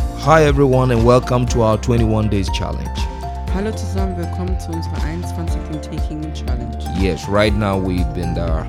Hi everyone and welcome to our 21 days challenge. Hallo zusammen, willkommen zu unserer 21. tägigen Challenge. Yes, right now we've been uh,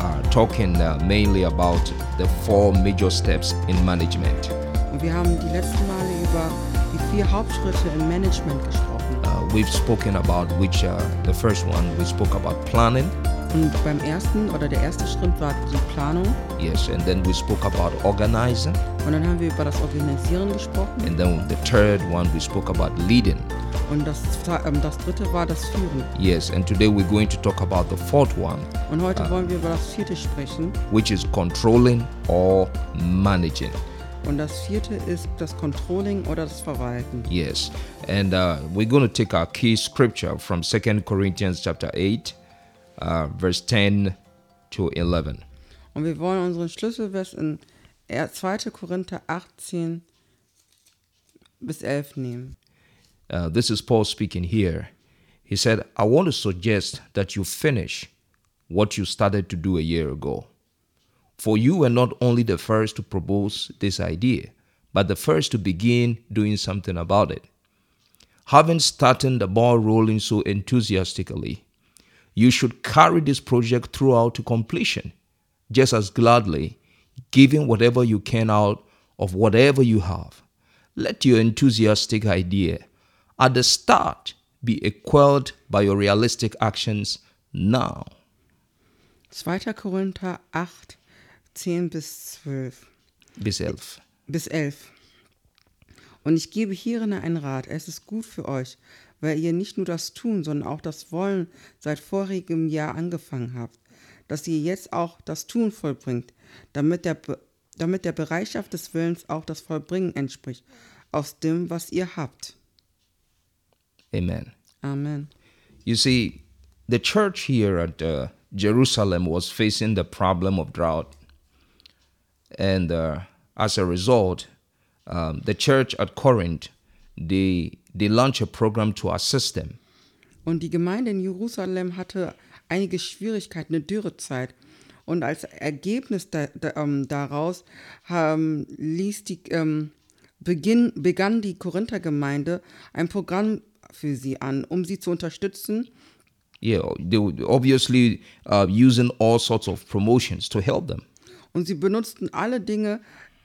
uh, talking uh, mainly about the four major steps in management. Und wir haben die letzten Male über die vier Hauptschritte im Management gesprochen. Uh, we've spoken about which uh, the first one we spoke about planning. Und beim ersten oder der erste Schritt war die Planung. Yes, and then we spoke about organizing, Und dann haben wir über das Organisieren gesprochen. and then the third one we spoke about leading. Und das, zwe- ähm, das dritte war das Führen. Yes, and today we're going to talk about the fourth one, Und heute wollen wir über das vierte sprechen. which is controlling or managing. Und das vierte ist das Controlling oder das Verwalten. Yes, and uh, we're going to take our key scripture from 2 Corinthians chapter 8, uh, verse 10 to 11. Und wir wollen unseren Schlüsselvers in 2. Korinther 18 bis 11 nehmen. Uh, this is Paul speaking here. He said, I want to suggest that you finish what you started to do a year ago. For you were not only the first to propose this idea, but the first to begin doing something about it. Having started the ball rolling so enthusiastically, you should carry this project throughout to completion, just as gladly, giving whatever you can out of whatever you have. Let your enthusiastic idea at the start be equaled by your realistic actions now. 2. Korinther 8, 10 bis 12, Bis 11. bis 11. Und ich gebe hierin einen Rat. Es ist gut für euch, weil ihr nicht nur das Tun, sondern auch das Wollen seit vorigem Jahr angefangen habt, dass ihr jetzt auch das Tun vollbringt, damit der, Be- damit der Bereitschaft des Willens auch das Vollbringen entspricht, aus dem, was ihr habt. Amen. Amen. You see, the church here at uh, Jerusalem was facing the problem of drought. And uh, as a result, um, the church at Corinth, they, they launched a program to assist them. Und die Gemeinde in Jerusalem hatte einige Schwierigkeiten, eine Dürrezeit. Und als Ergebnis da, da, ähm, daraus haben, ließ die, ähm, beginn, begann die Korinther-Gemeinde ein Programm für sie an, um sie zu unterstützen. Yeah, they would obviously uh, using all sorts of promotions to help them. Und sie benutzten alle Dinge,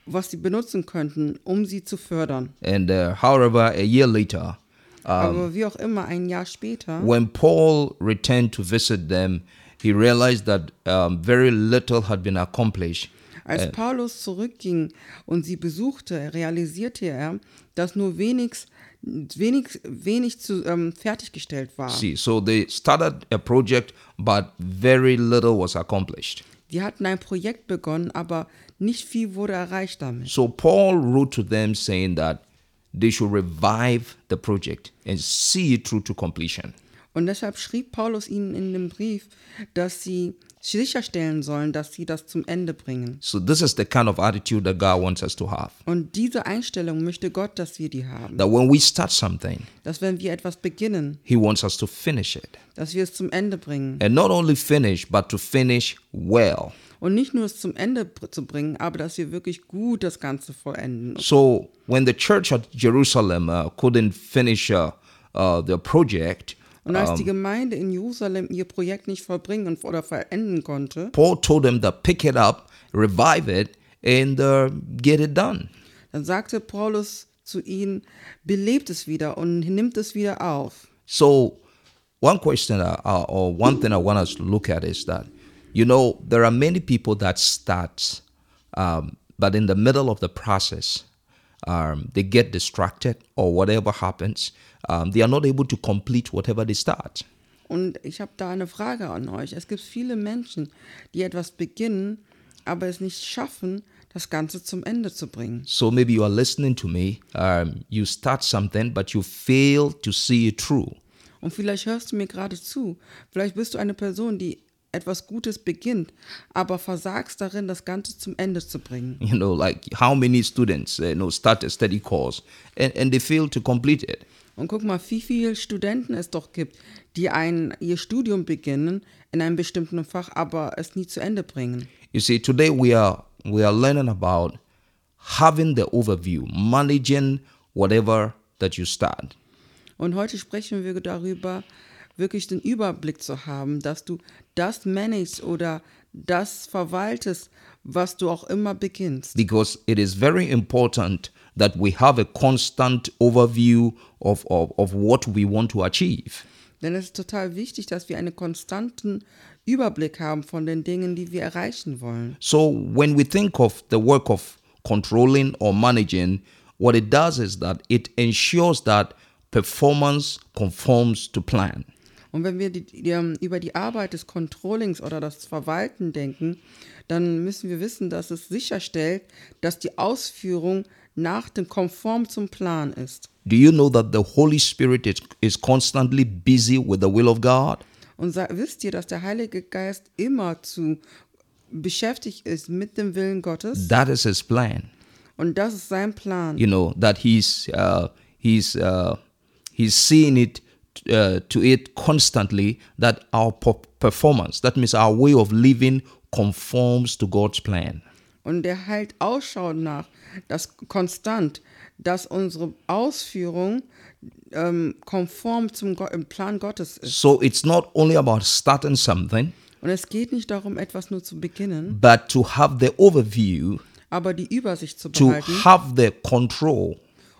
was sie benutzen könnten, um sie zu fördern. And uh, however, a year later, Aber wie auch immer, ein Jahr später, When Paul returned to visit them, he realized that um, very little had been accomplished. als Paulus zurückging und sie besuchte, realisierte er, dass nur wenig, wenig, wenig zu, ähm, fertiggestellt war. See, so they started a project, but very little was accomplished. Die hatten ein Projekt begonnen, aber nicht viel wurde erreicht damit. So Paul wrote to them saying that they should revive the project and see it through to completion. Und deshalb schrieb Paulus ihnen in dem Brief, dass sie sicherstellen sollen, dass sie das zum Ende bringen. So this is the kind of attitude that God wants us to have. Und diese Einstellung möchte Gott, dass wir die haben. That when we start something, Dass wenn wir etwas beginnen, he wants us to finish it. dass wir es zum Ende bringen. And not only finish, but to finish well. Und nicht nur es zum Ende br- zu bringen, aber dass wir wirklich gut das Ganze vollenden. So when the church at Jerusalem uh, couldn't finish uh, uh, the project, Und als die Gemeinde in Jerusalem ihr Projekt nicht vollbringen und- oder vollenden konnte, Paul told them to pick it up, revive it, and uh, get it done. dann sagte Paulus zu ihnen, belebt es wieder und nimmt es wieder auf. So one question uh, uh, or one thing I want us to look at is that you know there are many people that start, um, but in the middle of the process. Um, they get distracted or whatever happens, um, they are not able to complete whatever they start. Und ich habe da eine Frage an euch. Es gibt viele Menschen, die etwas beginnen, aber es nicht schaffen, das Ganze zum Ende zu bringen. So maybe you are listening to me. Um, you start something, but you fail to see it through. Und vielleicht hörst du mir gerade zu. Vielleicht bist du eine Person, die etwas Gutes beginnt, aber versagst darin, das Ganze zum Ende zu bringen. You know, like how many students uh, you know start a study course and, and they fail to complete it. Und guck mal, wie viele Studenten es doch gibt, die ein, ihr Studium beginnen in einem bestimmten Fach, aber es nie zu Ende bringen. You see, today we are we are learning about having the overview, managing whatever that you start. Und heute sprechen wir darüber, wirklich den Überblick zu haben, dass du das managst oder das verwaltest, was du auch immer beginnst. because it is very important that we have a constant overview of, of, of what we want to achieve. Denn es ist total wichtig, dass wir einen konstanten Überblick haben von den Dingen, die wir erreichen wollen. So when we think of the work of controlling or managing, what it does is that it ensures that performance conforms to plan. Und wenn wir die, die, ähm, über die Arbeit des Controllings oder das Verwalten denken, dann müssen wir wissen, dass es sicherstellt, dass die Ausführung nach dem konform zum Plan ist. Do you know that the Holy Spirit is, is constantly busy with the will of God? Und sa- wisst ihr, dass der Heilige Geist immer zu beschäftigt ist mit dem Willen Gottes? That is his plan. Und das ist sein Plan. you know that he's uh, he's uh, he's seeing it uh, to it constantly that our per- performance that means our way of living conforms to god's plan Und er hält Ausschau nach, dass konstant, dass unsere Ausführung ähm, konform zum Go im Plan Gottes ist. so it's not only about starting something Und es geht nicht darum, etwas nur zu beginnen, but to have the overview aber die Übersicht zu to behalten have the control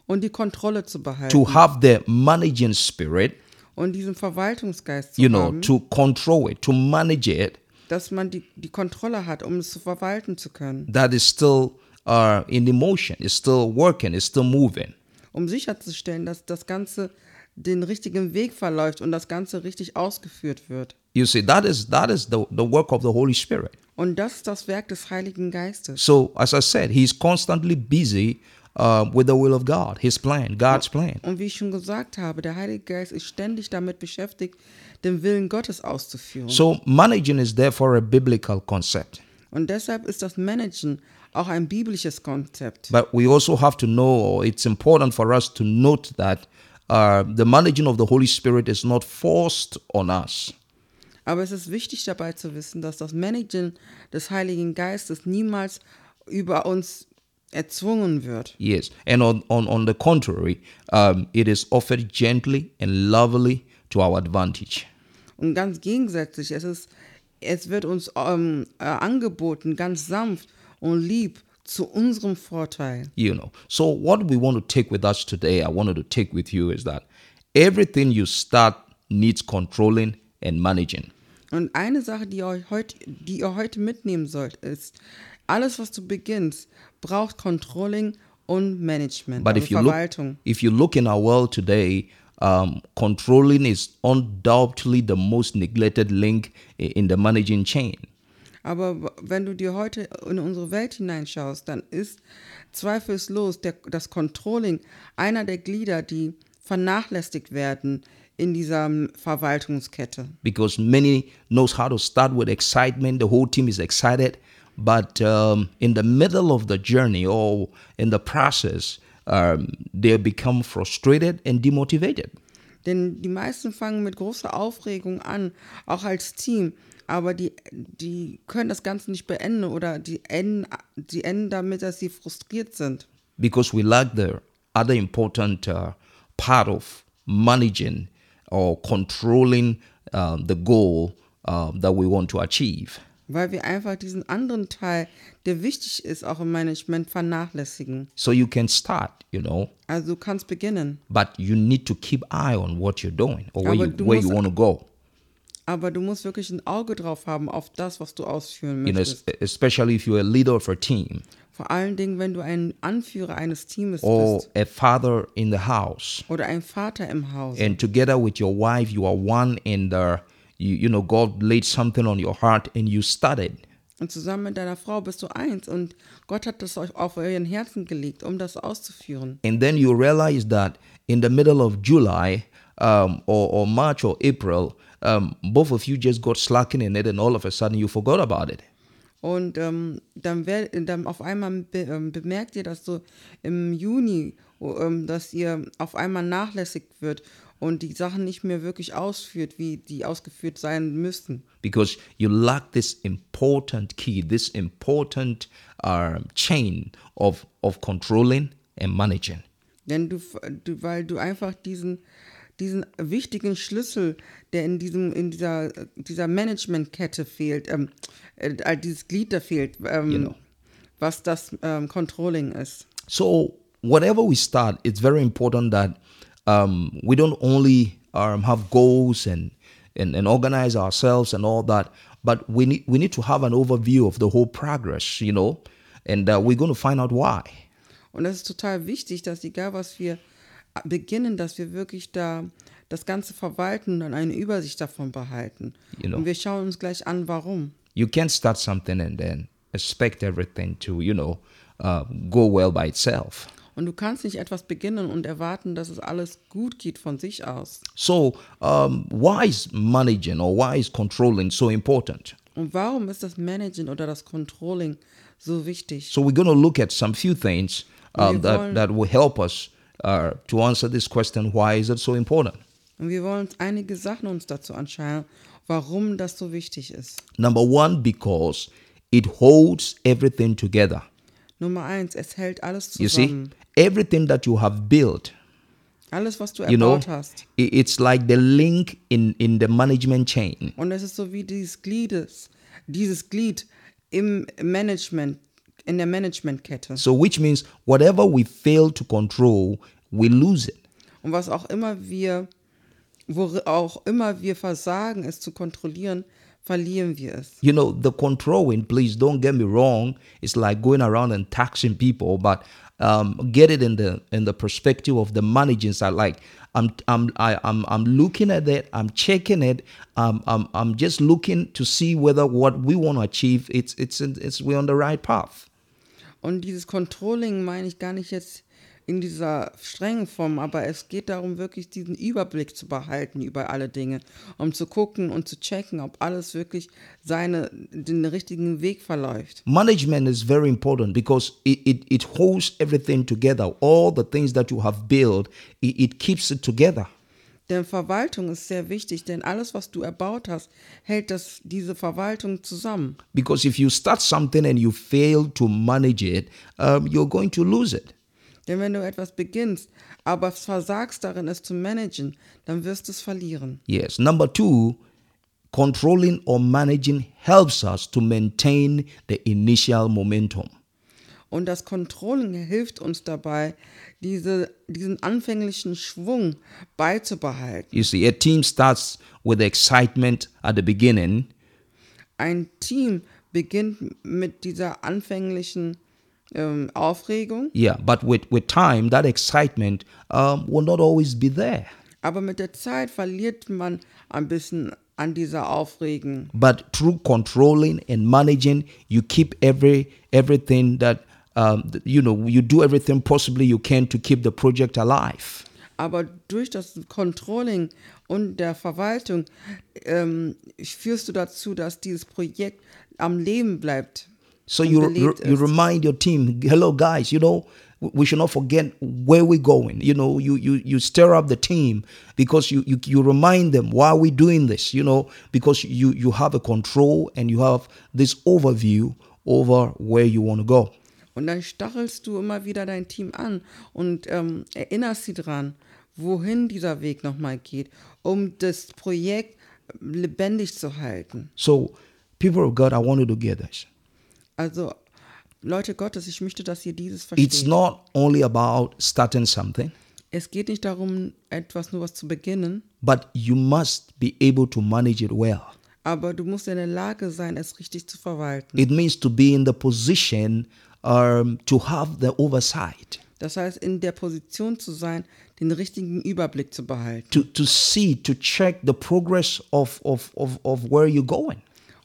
und die Kontrolle zu to behalten have the managing spirit und diesen Verwaltungsgeist zu you know haben, to control it to manage it dass man die, die Kontrolle hat, um es zu verwalten zu können, that is still uh, in the motion it's still working it's still moving um sicherzustellen, dass das Ganze den richtigen Weg verläuft und das Ganze richtig ausgeführt wird. You see, that is that is the, the work of the Holy Spirit. Und das ist das Werk des Heiligen Geistes. So as I said, he's constantly busy uh, with the will of God, his plan, God's plan. Und wie ich schon gesagt habe, der Heilige Geist ist ständig damit beschäftigt, den Willen Gottes auszuführen. So managing is therefore a biblical concept. Und deshalb ist das Managen auch ein biblisches Konzept. But we also have to know, or it's important for us to note that uh, the managing of the Holy Spirit is not forced on us. Aber es ist wichtig dabei zu wissen, dass das Managen des Heiligen Geistes niemals über uns erzwungen wird. Yes. And on, on, on the contrary, um, it is offered gently and lovingly to our advantage. Und ganz gegensätzlich, es, ist, es wird uns ähm, äh, angeboten, ganz sanft und lieb zu unserem Vorteil. you know so what we want to take with us today i wanted to take with you is that everything you start needs controlling and managing Und eine Sache, die ihr, euch heut, die ihr heute mitnehmen sollt, ist, alles, was du beginnst, braucht Controlling und Management, but also if you look Verwaltung. if you look in our world today um, controlling is undoubtedly the most neglected link i- in the managing chain Aber w- wenn du dir heute in unsere Welt hineinschaust, dann ist zweifellos der, das Controlling einer der Glieder, die vernachlässigt werden in dieser ähm, Verwaltungskette. because many knows how to start with excitement the whole team is excited but um, in the middle of the journey or in the process um, they become frustrated and demotivated Denn die meisten fangen mit großer Aufregung an, auch als Team, aber die, die können das Ganze nicht beenden oder die enden, die enden damit, dass sie frustriert sind. because we lack the other important uh, part of managing or controlling uh, the goal uh, that we want to achieve. Weil wir einfach diesen anderen Teil, der wichtig ist, auch im Management vernachlässigen. So you can start, you know, Also du kannst beginnen, but you need to keep eye on what you're doing or where you, Aber du where you musst- want to go. aber du musst wirklich ein Auge drauf haben auf das, was du ausführen You know, möchtest. es- especially if you're a leader of a team Vor allen Dingen, wenn du ein Anführer eines Teams or bist a father in the house, oder ein Vater im Haus. and together with your wife, you are one, and uh, you, you know God laid something on your heart, and you started. Und zusammen mit deiner Frau bist du eins und Gott hat das euch auf euren Herzen gelegt, um das auszuführen. and then you realize that in the middle of July um, or, or March or April, um, both of you just got slacking in it, and all of a sudden you forgot about it. Und ähm, dann, wer, dann auf einmal be, ähm, bemerkt ihr, dass so im Juni, oh, ähm, dass ihr auf einmal nachlässig wird und die Sachen nicht mehr wirklich ausführt, wie die ausgeführt sein müssen, because you lack this important key, this important uh, chain of, of controlling and managing. denn du, du weil du einfach diesen diesen wichtigen Schlüssel, der in diesem in dieser dieser Managementkette fehlt, ähm, äh, dieses Glied da fehlt, ähm, Genau. was das ähm, Controlling ist. So, whatever we start, it's very important that um, we don't only um, have goals and, and, and organize ourselves and all that, but we need, we need to have an overview of the whole progress, you know, and uh, we're going to find out why. Und das ist total wichtig, dass egal was wir beginnen, dass wir wirklich da das Ganze verwalten und dann eine Übersicht davon behalten. Genau. Und wir schauen uns gleich an, warum. You can't start something and then expect everything to, you know, uh, go well by itself. Und du kannst nicht etwas beginnen und erwarten, dass es alles gut geht von sich aus. So, um, why is managing or why is controlling so important? Und warum ist das Managing oder das Controlling so wichtig? So we're going to look at some few things uh, We that, want- that will help us uh, to answer this question, why is it so important? Und wir wollen uns einige Sachen uns dazu anschauen, warum das so wichtig ist. Number one, because it holds everything together. Nummer eins, es hält alles You zusammen. see, everything that you have built, Alles, was du you know, erbaut hast. i- it's like the link in, in the management chain. Und es ist so wie dieses Gliedes, dieses Glied im Management, in der Managementkette. So, which means whatever we fail to control, we lose it. Und was auch immer wir, wo auch immer wir versagen, es zu kontrollieren, verlieren wir es. You know, the controlling, please don't get me wrong, it's like going around and taxing people, but um, get it in the in the perspective of the managing side. Like I'm I'm I, I'm I'm looking at it, I'm checking it, um, I'm I'm just looking to see whether what we want to achieve it's it's it's we're on the right path. Und dieses Controlling meine ich gar nicht jetzt in dieser strengen Form, aber es geht darum, wirklich diesen Überblick zu behalten über alle Dinge, um zu gucken und zu checken, ob alles wirklich seine, den richtigen Weg verläuft. Management is very important because it, it, it holds everything together. All the things that you have built, it, it keeps it together. Denn Verwaltung ist sehr wichtig, denn alles, was du erbaut hast, hält das, diese Verwaltung zusammen. Because if you start something and you fail to manage it, um, you're going to lose it. Denn wenn du etwas beginnst, aber versagst darin, es zu managen, dann wirst du es verlieren. Yes. Number two, controlling or managing helps us to maintain the initial momentum. Und das Controlling hilft uns dabei, diese, diesen anfänglichen Schwung beizubehalten. You see, a team starts with excitement at the beginning, Ein Team beginnt mit dieser anfänglichen ähm, Aufregung, yeah, but with, with time, that excitement um, will not always be there. aber mit der Zeit verliert man ein bisschen an dieser Aufregung. But through controlling and managing, you keep every everything that um, th- you know. You do everything possibly you can to keep the project alive. Aber durch das Controlling und der Verwaltung ähm, führst du dazu, dass dieses Projekt am Leben bleibt. So und you belebt you ist. remind your team, hello guys, you know, w- we should not forget where we're going. You know, you you you stir up the team because you you, you remind them why are we doing this. You know, because you you have a control and you have this overview over where you want to go. Und dann stachelst du immer wieder dein Team an und ähm, erinnerst sie dran, wohin dieser Weg nochmal geht, um das Projekt äh, lebendig zu halten. So, people of God, I want you to get this. Also, Leute Gottes, ich möchte, dass ihr dieses It's versteht. not only about starting something, Es geht nicht darum, etwas nur was zu beginnen, but you must be able to manage it well. aber du musst in der Lage sein, es richtig zu verwalten. It means to be in the position um, to have the oversight. Das heißt, in der Position zu sein, den richtigen Überblick zu behalten, to to see to check the progress of of of, of where you're going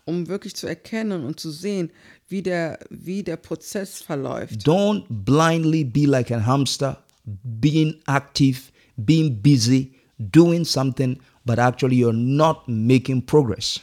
um wirklich zu erkennen und zu sehen, wie der, wie der Prozess verläuft. don't blindly be like a hamster being active being busy doing something but actually you're not making progress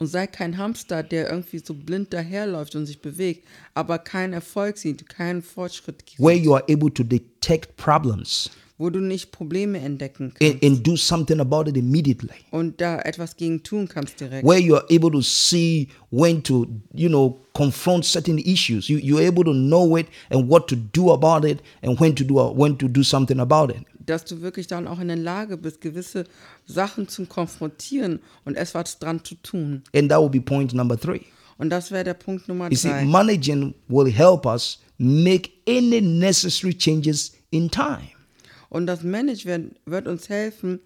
Und sei kein Hamster, der irgendwie so blind daherläuft und sich bewegt, aber keinen Erfolg sieht, keinen Fortschritt sieht, where you are able to detect problems wo du nicht Probleme entdecken kannst and, and do something about it immediately. und da etwas gegen tun kannst direkt. Where you are able to see when to, you know, confront certain issues. You, you're able to know it and what to do about it and when to do, when to do something about it. Dass du wirklich dann auch in der Lage bist, gewisse Sachen zu konfrontieren und etwas dran zu tun. And that will be point number three. Und das wäre der Punkt Nummer You see, drei. managing will help us make any necessary changes in time. Und das Management wird uns helfen,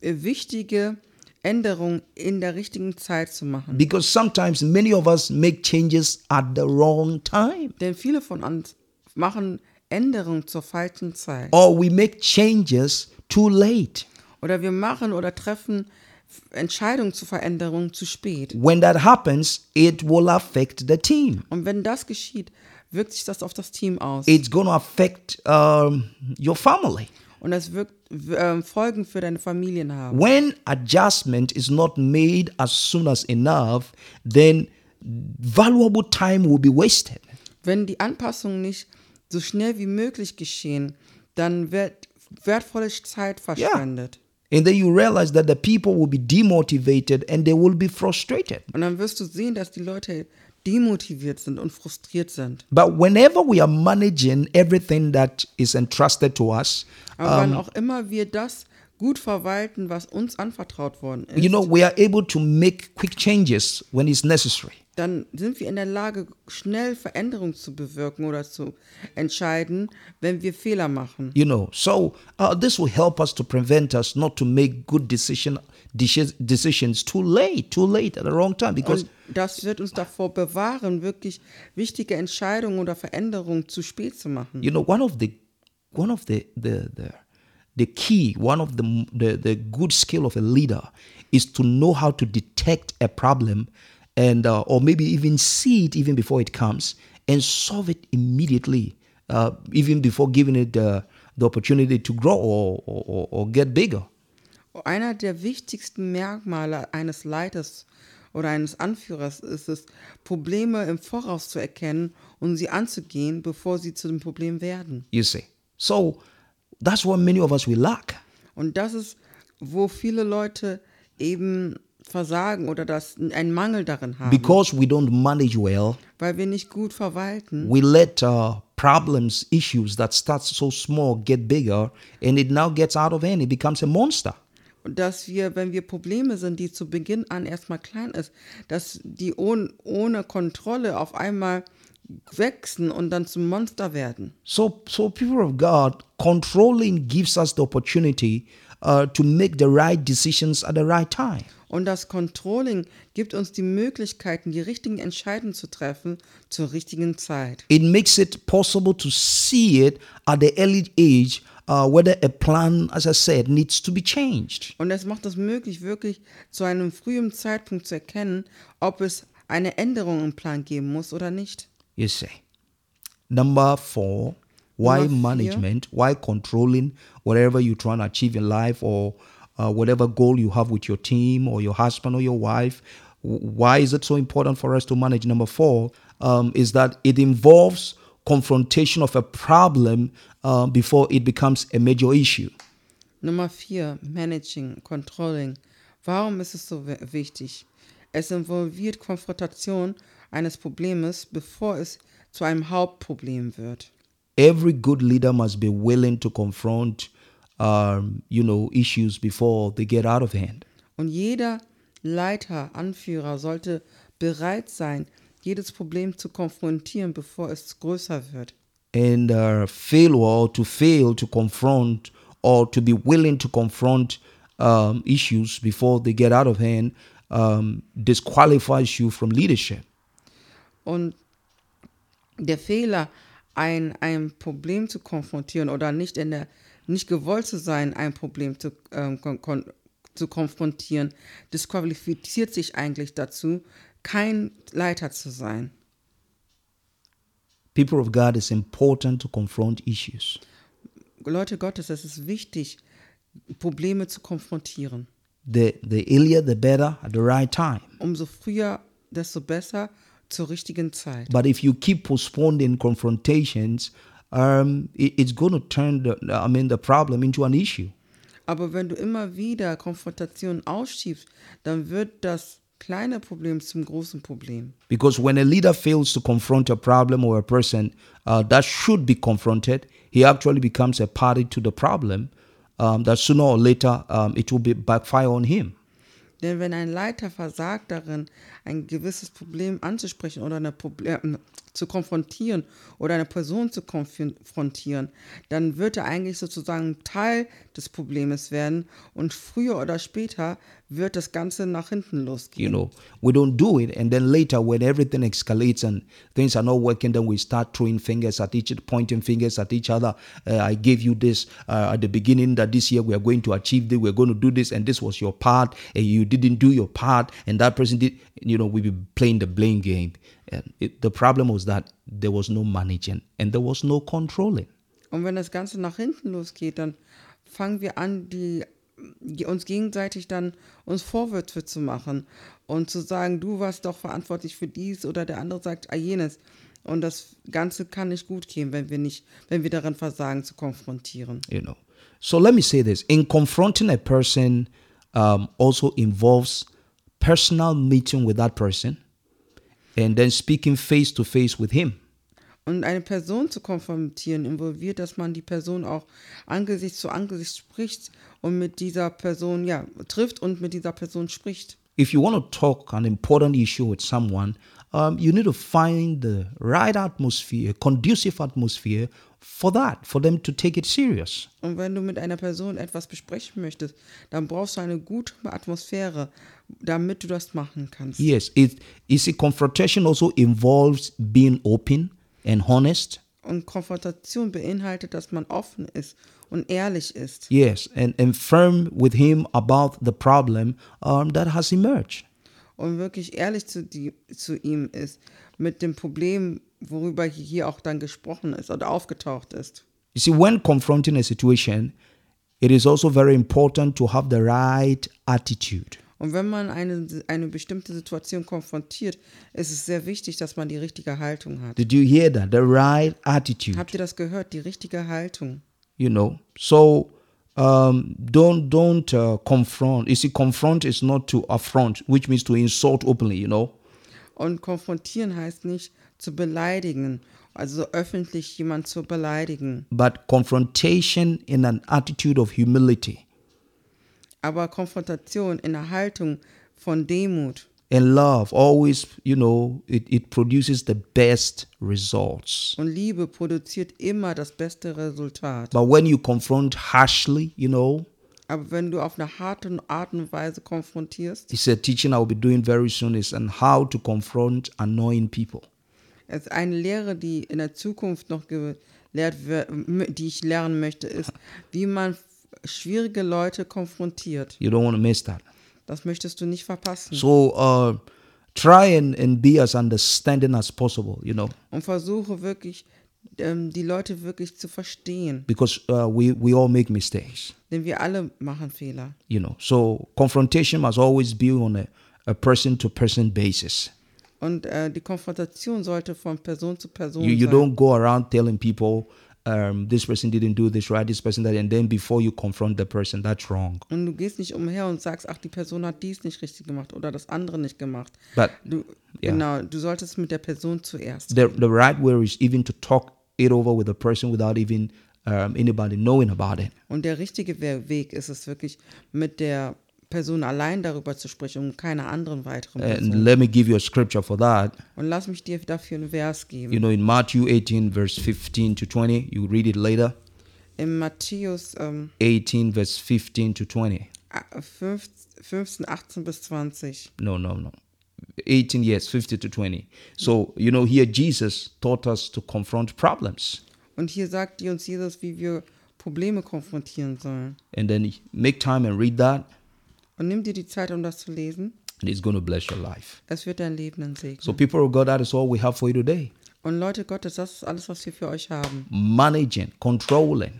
äh, wichtige Änderungen in der richtigen Zeit zu machen. Because sometimes many of us make changes at the wrong time, Denn viele von uns machen Änderungen zur falschen Zeit. or we make changes too late. Oder wir machen oder treffen F- Entscheidungen zur Veränderung zu spät. When that happens, it will affect the team. Und wenn das geschieht, wirkt sich das auf das Team aus. It's going to affect um, your family. Und das wirkt w- ähm, Folgen für deine Familien haben. When adjustment is not made as soon as enough, then valuable time will be wasted. Wenn die Anpassungen nicht so schnell wie möglich geschehen, dann wird wertvolle Zeit verschwendet. And then you realize that the people will be demotivated and they will be frustrated. Und dann wirst du sehen, dass die Leute demotiviert sind und frustriert sind. But whenever we are managing everything that is entrusted to us, Aber wann auch immer wir das gut verwalten, was uns anvertraut worden ist, you know, we are able to make quick changes when it's necessary. dann sind wir in der Lage, schnell Veränderungen zu bewirken oder zu entscheiden, wenn wir Fehler machen. You know, so uh, this will help us to prevent us not to make good decision deci- decisions too late, too late at the wrong time because Und das wird uns davor bewahren, wirklich wichtige Entscheidungen oder Veränderungen zu spät zu machen. you know one of the one of the the the, the key one of the, the the good skill of a leader is to know how to detect a problem and uh, or maybe even see it even before it comes and solve it immediately uh, even before giving it uh, the opportunity to grow or, or, or- or get bigger Einer der wichtigsten Merkmale eines Leiters oder eines Anführers ist es, Probleme im Voraus zu erkennen und sie anzugehen, bevor sie zu dem Problem werden. you see so that's what many of us we lack Und das ist, wo viele Leute eben versagen oder das einen Mangel darin haben, because we don't manage well weil wir nicht gut verwalten. we let uh, problems issues that start so small get bigger and it now gets out of hand it becomes a monster Und dass wir, wenn wir Probleme sind, die zu Beginn an erstmal klein ist, dass die ohne, ohne Kontrolle auf einmal wachsen und dann zum Monster werden. so so people of god controlling gives us the opportunity uh, to make the right decisions at the right time Und das Controlling gibt uns die Möglichkeiten, die richtigen Entscheidungen zu treffen zur richtigen Zeit. it makes it possible to see it at the early age uh, whether a plan as i said needs to be changed Und es macht es möglich, wirklich zu einem frühen Zeitpunkt zu erkennen, ob es eine Änderung im Plan geben muss oder nicht. you see number four why Number four. management why controlling whatever you're trying to achieve in life or uh, whatever goal you have with your team or your husband or your wife Wh- why is it so important for us to manage number four um, is that it involves confrontation of a problem uh, before it becomes a major issue Nummer 4. Managing, Controlling. Warum ist es so wi- wichtig? Es involviert Konfrontation eines Problems, bevor es zu einem Hauptproblem wird. every good leader must be willing to confront um, you know issues before they get out of hand Und jeder Leiter, Anführer sollte bereit sein, jedes Problem zu konfrontieren, bevor es größer wird. and uh, fail or to fail to confront or to be willing to confront um, issues before they get out of hand um, disqualifies you from leadership. Und der Fehler, ein, ein Problem zu konfrontieren oder nicht in der, nicht gewollt zu sein, ein Problem zu, ähm, kon kon zu konfrontieren, disqualifiziert sich eigentlich dazu, kein Leiter zu sein. People of God, it's important to confront issues. Leute Gottes, es ist wichtig, Probleme zu konfrontieren. The the earlier the better at the right time. Umso früher, desto besser, zur richtigen Zeit. But if you keep postponing confrontations, um, it- it's going to turn the, I mean, the problem into an issue. Aber wenn du immer wieder Konfrontationen ausschiebst, dann wird das kleine Problem zum großen Problem. Because when a leader fails to confront a problem or a person uh, that should be confronted, he actually becomes a party to the problem um, that sooner or later um, it will be backfire on him. Denn wenn ein Leiter versagt darin, ein gewisses Problem anzusprechen oder eine Proble äh, zu konfrontieren oder eine Person zu konfrontieren, dann wird er eigentlich sozusagen Teil des Problems werden und früher oder später wird das Ganze nach hinten losgehen. You know, we don't do it, and then later when everything escalates and things are not working, then we start throwing fingers at each, pointing fingers at each other. Uh, I gave you this uh, at the beginning that this year we are going to achieve this, we're going to do this, and this was your part, and you didn't do your part, and that person did. You know, we be playing the blame game, and it, the problem was that there was no managing and there was no controlling. Und wenn das Ganze nach hinten losgeht, dann fangen wir an, die, die uns gegenseitig dann uns Vorwürfe zu machen und zu sagen, du warst doch verantwortlich für dies oder der andere sagt ah, jenes. Und das Ganze kann nicht gut gehen, wenn wir nicht, wenn wir daran versagen zu konfrontieren. you know so let me say this in confronting a person um, also involves personal meeting with that person and then speaking face to face with him Und eine Person zu konfrontieren involviert, dass man die Person auch Angesicht zu Angesicht spricht und mit dieser Person, ja, trifft und mit dieser Person spricht. if you want to talk an important issue with someone um, you need to find the right atmosphere conducive atmosphere for that for them to take it serious Und wenn du mit einer Person etwas besprechen möchtest, dann brauchst du eine gute Atmosphäre, damit du das machen kannst. yes it you see confrontation also involves being open and honest Und Konfrontation beinhaltet, dass man offen ist und ehrlich ist yes and, and firm with him about the problem um, that has emerged und wirklich ehrlich zu, die, zu ihm ist mit dem Problem, worüber hier auch dann gesprochen ist oder aufgetaucht ist. You see, when confronting a situation, it is also very important to have the right attitude. Und wenn man eine, eine bestimmte Situation konfrontiert, ist es sehr wichtig, dass man die richtige Haltung hat. Did you hear that? The right attitude. Habt ihr das gehört? Die richtige Haltung. You know, so um, don't don't uh, confront. You see, confront is not to affront, which means to insult openly. You know, Und konfrontieren heißt nicht zu beleidigen, also öffentlich jemand zu beleidigen. but confrontation in an attitude of humility Aber Konfrontation in der Haltung von Demut and love. Always, you know, it, it produces the best results. und Liebe produziert immer das beste Resultat. But when you confront harshly, you know, Aber wenn du auf eine harte Art und Weise konfrontierst, It's a teaching I'll be doing very soon is on how to confront annoying people. ist eine Lehre, die in der Zukunft noch gelehrt wird, die ich lernen möchte, ist, wie man schwierige Leute konfrontiert. You don't want to miss that. Das möchtest du nicht verpassen. So uh, try and, and be as understanding as possible, you know, Und versuche wirklich, ähm, die Leute wirklich zu verstehen. because uh, we, we all make mistakes, Denn wir alle machen Fehler. you know. So confrontation must always be on a, a person to person basis. Und äh, die Konfrontation sollte von Person zu Person You, you sein. don't go around telling people, um, this person didn't do this right, this person that, and then before you confront the person, that's wrong. Und du gehst nicht umher und sagst, ach, die Person hat dies nicht richtig gemacht oder das andere nicht gemacht. But Du, Ja. Genau, du solltest mit der Person zuerst. the, the right way is even to talk it over with the person without even um, anybody knowing about it. Und der richtige We- Weg ist es wirklich, mit der Person allein darüber zu sprechen und keiner anderen weiteren Person. And let me give you a scripture for that. Und lass mich dir dafür einen Vers geben. You know, in Matthew 18, verse 15 to 20, you read it later. In Matthäus ähm, 18, verse 15 to 20. 15, 15, 18 bis 20. No, no, no. 18 years, 50 to 20. So, you know, here Jesus taught us to confront problems Und hier sagt uns Jesus, wie wir Probleme konfrontieren sollen. and then make time and read that, Und nimm dir die Zeit, um das zu lesen. and it's going to bless your life. Es wird dein Leben dann segnen. So, people of God, that is all we have for you today. Und Leute Gottes, das ist alles, was wir für euch haben. Managing, controlling,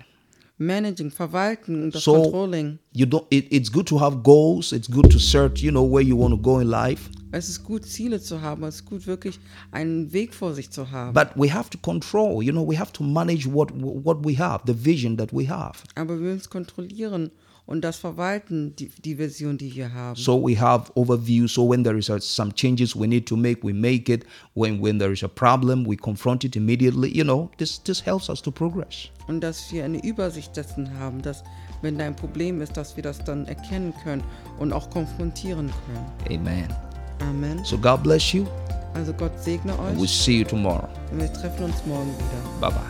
Managing, Verwalten und das So- Controlling. you don't it, it's good to have goals it's good to search you know where you want to go in life Es ist gut, Ziele zu haben. Es ist gut, wirklich einen Weg vor sich zu haben. But we have to control, you know, we have to manage what, what we have, the vision that we have. Aber wir müssen es kontrollieren und das verwalten, die, die Vision, die wir haben. So we have overview. So when there is a, some changes we need to make, we make it. When, when there is a problem, we confront it immediately. You know, this, this helps us to progress. Und dass wir eine Übersicht dessen haben, dass, wenn da ein Problem ist, dass wir das dann erkennen können und auch konfrontieren können. Amen. Amen. So God bless you. Also Gott segne and We'll euch see you tomorrow. und wir treffen uns morgen wieder. Bye bye.